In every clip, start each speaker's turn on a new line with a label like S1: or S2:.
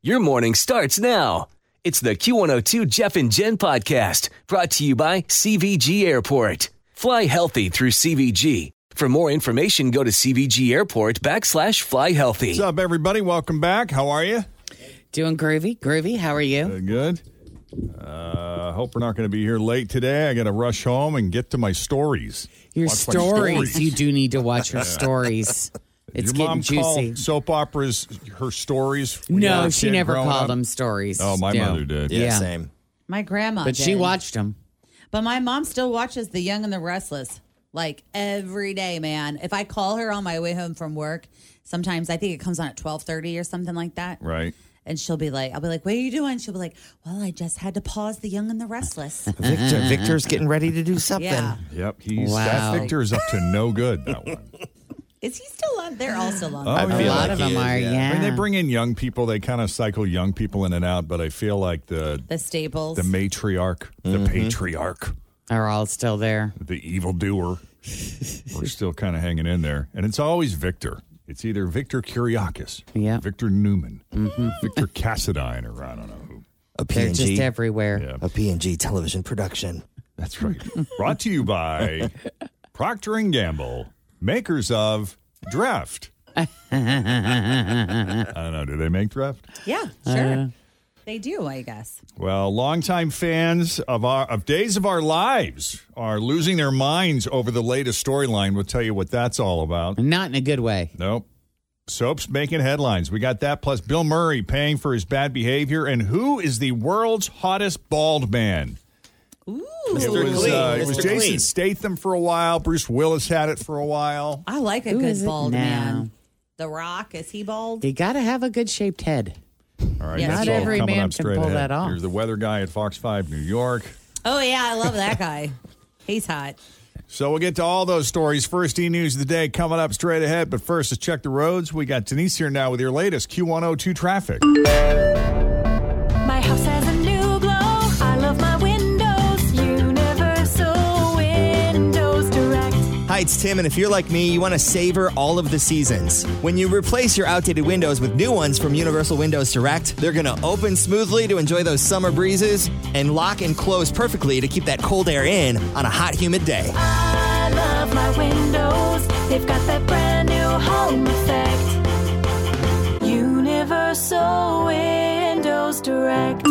S1: Your morning starts now. It's the Q102 Jeff and Jen podcast brought to you by CVG Airport. Fly healthy through CVG. For more information, go to CVG Airport backslash fly healthy.
S2: What's up, everybody? Welcome back. How are you?
S3: Doing groovy, groovy. How are you?
S2: Good. good. Uh, hope we're not going to be here late today. I got to rush home and get to my stories.
S3: Your
S2: Watch my
S3: stories. You do need to watch your stories.
S2: Your
S3: It's getting
S2: mom
S3: juicy.
S2: called soap operas her stories. when you were
S3: No,
S2: a
S3: she
S2: kid
S3: never
S2: growing
S3: called
S2: up?
S3: them stories.
S2: Oh, my
S3: No.
S2: mother did.
S3: Yeah, Yeah.
S4: same.
S5: My grandma,
S3: But she
S5: did.
S3: watched them.
S5: But my mom still watches The Young and the Restless like every day, man. If I call her on my way home from work, sometimes I think it comes on at twelve thirty or something like that.
S2: Right.
S5: And she'll be like, I'll be like, what are you doing? She'll be like, well, I just had to pause The Young and the Restless.
S3: Uh-huh,
S4: Victor, Victor's getting ready to do something.
S5: yeah.
S2: Yep. He's
S3: Wow.
S2: that Victor is up to no good. That one.
S5: Is he still on? They're all still on.
S2: Oh,
S4: I
S3: A
S2: yeah.
S4: feel
S3: lot
S4: like
S3: of
S4: he
S3: them
S4: is,
S3: are,
S4: yeah.
S3: yeah.
S2: When they bring in young people, they kind of cycle young people in and out. But I feel like the
S5: The staples.
S2: the matriarch,
S3: Mm-hmm.
S2: the patriarch,
S3: are all still there.
S2: the evildoer, we're still kind of hanging in there. And it's always Victor. It's either Victor Kiriakis,
S3: Yeah.
S2: Victor Newman, Victor Cassadine, or I don't know who.
S4: A
S3: They're just
S4: PNG,
S3: everywhere.
S2: Yeah.
S4: a PNG television production.
S2: That's right. Brought to you by Procter and Gamble, makers of Draft. I don't know. Do they make Draft?
S5: yeah,
S3: Uh,
S5: sure. they do, I guess.
S2: Well, longtime fans of our of Days of Our Lives are losing their minds over the latest storyline. We'll tell you what that's all about.
S3: Not in a good way.
S2: Nope. Soap's making headlines. We got that plus Bill Murray paying for his bad behavior and who is the world's hottest bald man? It was, uh, it was
S4: Mr.
S2: Jason
S4: Clean.
S2: Statham for a while. Bruce Willis had it for a while.
S5: I like a
S3: Who is
S5: good
S3: it
S5: bald
S3: now?
S5: man. The Rock, is he bald?
S3: You got to have a good shaped head.
S2: All right,
S5: Yes,
S2: that's
S5: Not
S2: all
S3: every
S2: coming
S3: man
S2: up
S3: can
S2: straight
S3: pull
S2: ahead.
S3: that off.
S2: Here's the weather guy at Fox 5 New York.
S5: Oh, yeah, I love that guy. He's hot.
S2: So we'll get to all those stories. First E News of the Day coming up straight ahead. But first, let's check the roads. We got Denise here now with your latest Q102 traffic.
S6: My house has a new glow. I love my windows. Universal Windows Direct.
S4: Hi, it's Tim, and if you're like me, you want to savor all of the seasons. When you replace your outdated windows with new ones from Universal Windows Direct, they're going to open smoothly to enjoy those summer breezes and lock and close perfectly to keep that cold air in on a hot, humid day.
S6: I love my windows. They've got that brand new home effect. Universal Windows Direct.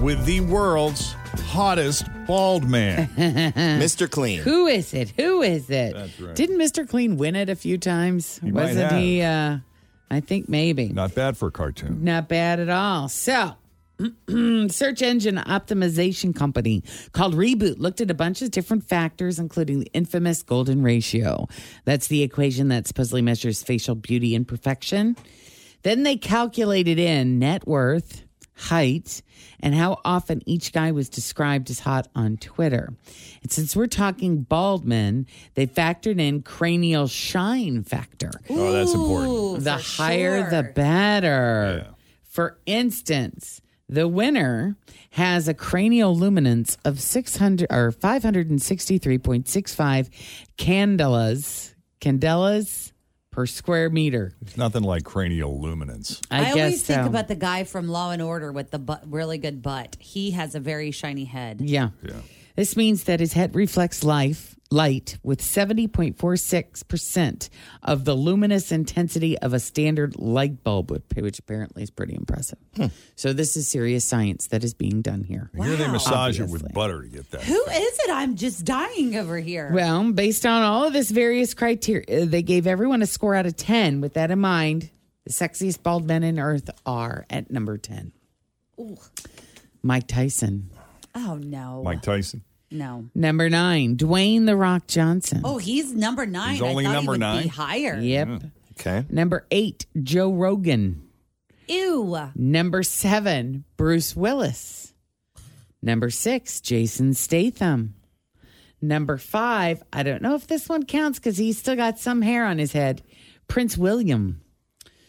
S2: With the world's hottest bald man.
S4: Mr. Clean.
S3: Uh, Who is it? Who is it? That's right. Didn't Mr. Clean win it a few times?
S2: might
S3: Wasn't
S2: have.
S3: he? Uh, I think maybe.
S2: Not bad for a cartoon.
S3: Not bad at all. So, search engine optimization company called Reboot looked at a bunch of different factors, including the infamous golden ratio. That's the equation that supposedly measures facial beauty and perfection. Then they calculated in net worth, height, and how often each guy was described as hot on Twitter. And since we're talking bald men, they factored in cranial shine factor
S2: Oh, that's important.
S5: Ooh,
S3: the
S5: for
S3: higher the
S5: sure.
S3: better. For instance, the winner has a cranial luminance of 600 or 563.65 candelas, candelas per square meter.
S2: It's nothing like cranial luminance.
S3: I, guess
S5: always think
S3: so.
S5: about the guy from Law and Order with the butt, really good butt. He has a very shiny head.
S3: Yeah. This means that his head reflects life, light with 70.46% of the luminous intensity of a standard light bulb, which- which apparently is pretty impressive. So, this is serious science that is being done here.
S2: Here they massage it
S3: Obviously.
S2: with butter to get that.
S5: Who is it? I'm just dying over here.
S3: Well, based on all of this various criteria, they gave everyone a score out of 10. With that in mind, the sexiest bald men in Earth are at number 10. Mike Tyson.
S5: oh no,
S2: Mike Tyson.
S5: no.
S3: Number nine, Dwayne The Rock Johnson.
S5: Oh, he's number nine.
S2: He's
S5: I
S2: only
S5: thought he
S2: number
S5: would be
S2: nine?
S5: higher.
S3: Yep.
S4: Okay.
S3: Number eight, Joe Rogan.
S5: Ew.
S3: Number seven, Bruce Willis. Number six, Jason Statham. Number five, I don't know if this one counts because he's still got some hair on his head, Prince William.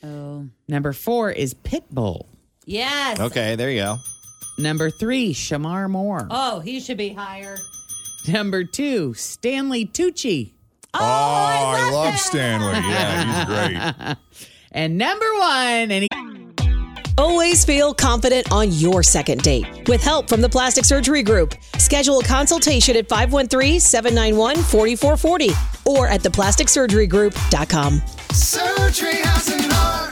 S5: Oh.
S3: Number four is Pitbull.
S5: Yes.
S4: Okay, there you go.
S3: Number three, Shamar Moore.
S5: Oh, he should be higher.
S3: Number two, Stanley Tucci.
S2: Oh, I love, Stanley. Yeah, he's great.
S3: And number one, and he-
S7: Always feel confident on your second date. With help from the Plastic Surgery Group, schedule a consultation at 513 791 4440 or at theplasticsurgerygroup.com.
S8: Surgery has an art.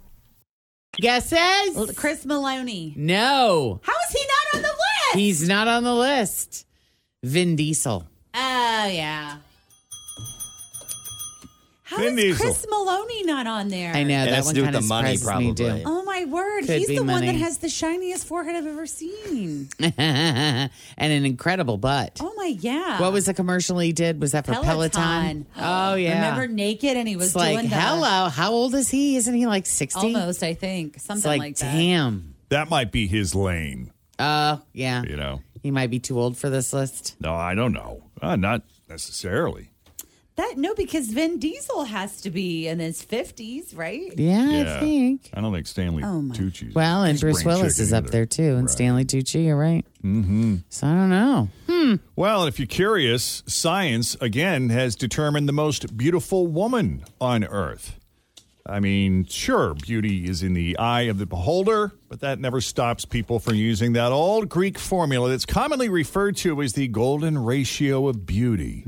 S3: guesses?
S5: Well, Chris Maloney.
S3: no,
S5: How is he not on the list?
S3: he's not on the list. Vin Diesel.
S5: Oh yeah. How is
S2: Vin Diesel.
S5: Chris Maloney not on there?
S3: I know
S4: And
S3: that
S4: it's
S3: one
S4: to do with
S3: kind of
S4: the money,
S3: surprises me
S4: probably.
S3: too.
S5: Oh my word!
S3: Could
S5: he's
S3: be
S5: the one that
S3: money.
S5: has the shiniest forehead I've ever seen.
S3: and an incredible butt.
S5: Oh my yeah.
S3: What was the commercial he did? Was that for Peloton? Oh yeah.
S5: Remember naked and he was
S3: it's like
S5: doing the-
S3: hello. How old is he? Isn't he like sixty?
S5: Almost, I think
S3: It's
S5: something
S3: like,
S5: like, that.
S3: damn.
S2: That might be his lane.
S3: Oh yeah.
S2: You know.
S3: He might be too old for this list.
S2: No, I don't know. Uh, not necessarily.
S5: That no, because Vin Diesel has to be in his fifties, right?
S3: Yeah,
S2: Yeah.
S3: I think.
S2: I don't think Stanley
S5: Oh, my.
S2: Tucci's
S3: Well, and
S2: spring
S3: Bruce Willis
S2: chicken
S3: is up
S2: either.
S3: there too, and
S2: Right.
S3: Stanley Tucci. You're right. Mm-hmm. So I don't know.
S2: Well, and if you're curious, science again has determined the most beautiful woman on earth. I mean, sure, beauty is in the eye of the beholder, but that never stops people from using that old Greek formula that's commonly referred to as the golden ratio of beauty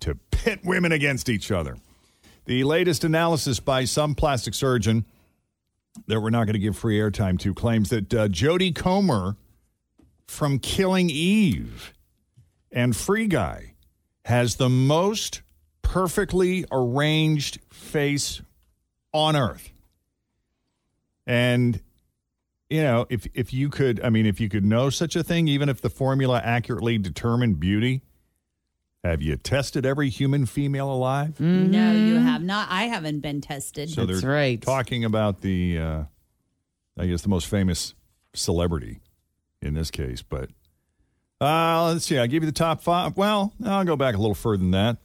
S2: to pit women against each other. The latest analysis by some plastic surgeon that we're not going to give free airtime to claims that uh, Jodie Comer from Killing Eve and Free Guy has the most perfectly arranged face on earth. And you know, if if you could, I mean, if you could know such a thing, even if the formula accurately determined beauty, have you tested every human female alive?
S3: Mm-hmm.
S5: No, you have not. I haven't been tested.
S2: So
S3: That's
S2: they're
S3: right.
S2: talking about the, uh, I guess, the most famous celebrity in this case. But uh, let's see. I'll give you the top five. Well, I'll go back a little further than that.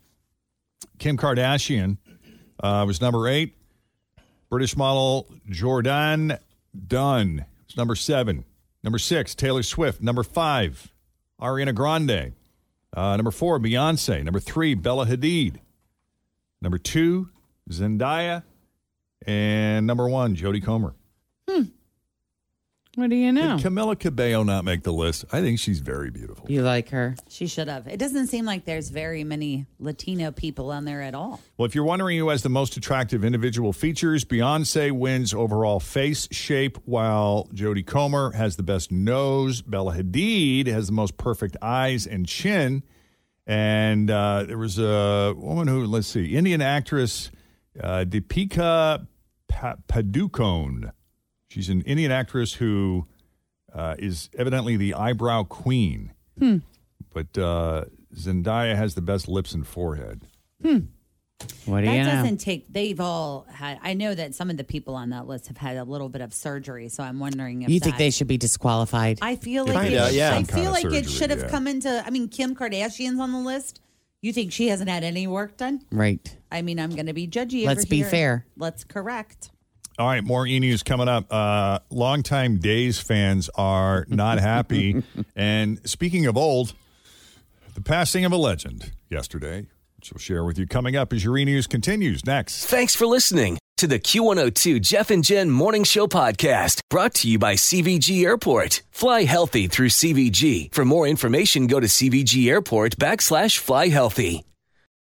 S2: Kim Kardashian uh, was number eight. British model Jordan Dunn was number seven. Number six, Taylor Swift. Number five, Ariana Grande. Uh, number four, Beyonce. Number three, Bella Hadid. Number two, Zendaya. And number one, Jodie Comer.
S3: What do you know?
S2: Did Camilla Cabello not make the list? I think she's very beautiful.
S3: You like her?
S5: She should have. It doesn't seem like there's very many Latino people on there at all.
S2: Well, if you're wondering who has the most attractive individual features, Beyonce wins overall face shape, while Jodie Comer has the best nose. Bella Hadid has the most perfect eyes and chin. And uh, there was a woman who, let's see, Indian actress uh, Deepika pa- Padukone. She's an Indian actress who uh, is evidently the eyebrow queen. But uh, Zendaya has the best lips and forehead.
S3: What do
S5: That
S3: you know?
S5: doesn't take. They've all had. I know that some of the people on that list have had a little bit of surgery. So I'm wondering if
S3: you think
S5: that-
S3: they should be disqualified?
S5: I feel
S2: Kinda,
S5: like it,
S4: yeah.
S5: I
S2: Some kind
S5: feel
S2: of
S5: like it
S2: surgery,
S5: should have
S2: yeah.
S5: come into. I mean, Kim Kardashian's on the list. You think she hasn't had any work done?
S3: Right.
S5: I mean, I'm going to be judgy.
S3: Let's
S5: over
S3: be
S5: here.
S3: fair.
S5: Let's correct.
S2: All right, more E news coming up. Uh, longtime Days fans are not happy. and speaking of old, the passing of a legend yesterday, which we'll share with you coming up as your E news continues next.
S1: Thanks for listening to the Q102 Jeff and Jen Morning Show podcast brought to you by CVG Airport. Fly healthy through CVG. For more information, go to CVG Airport backslash fly healthy.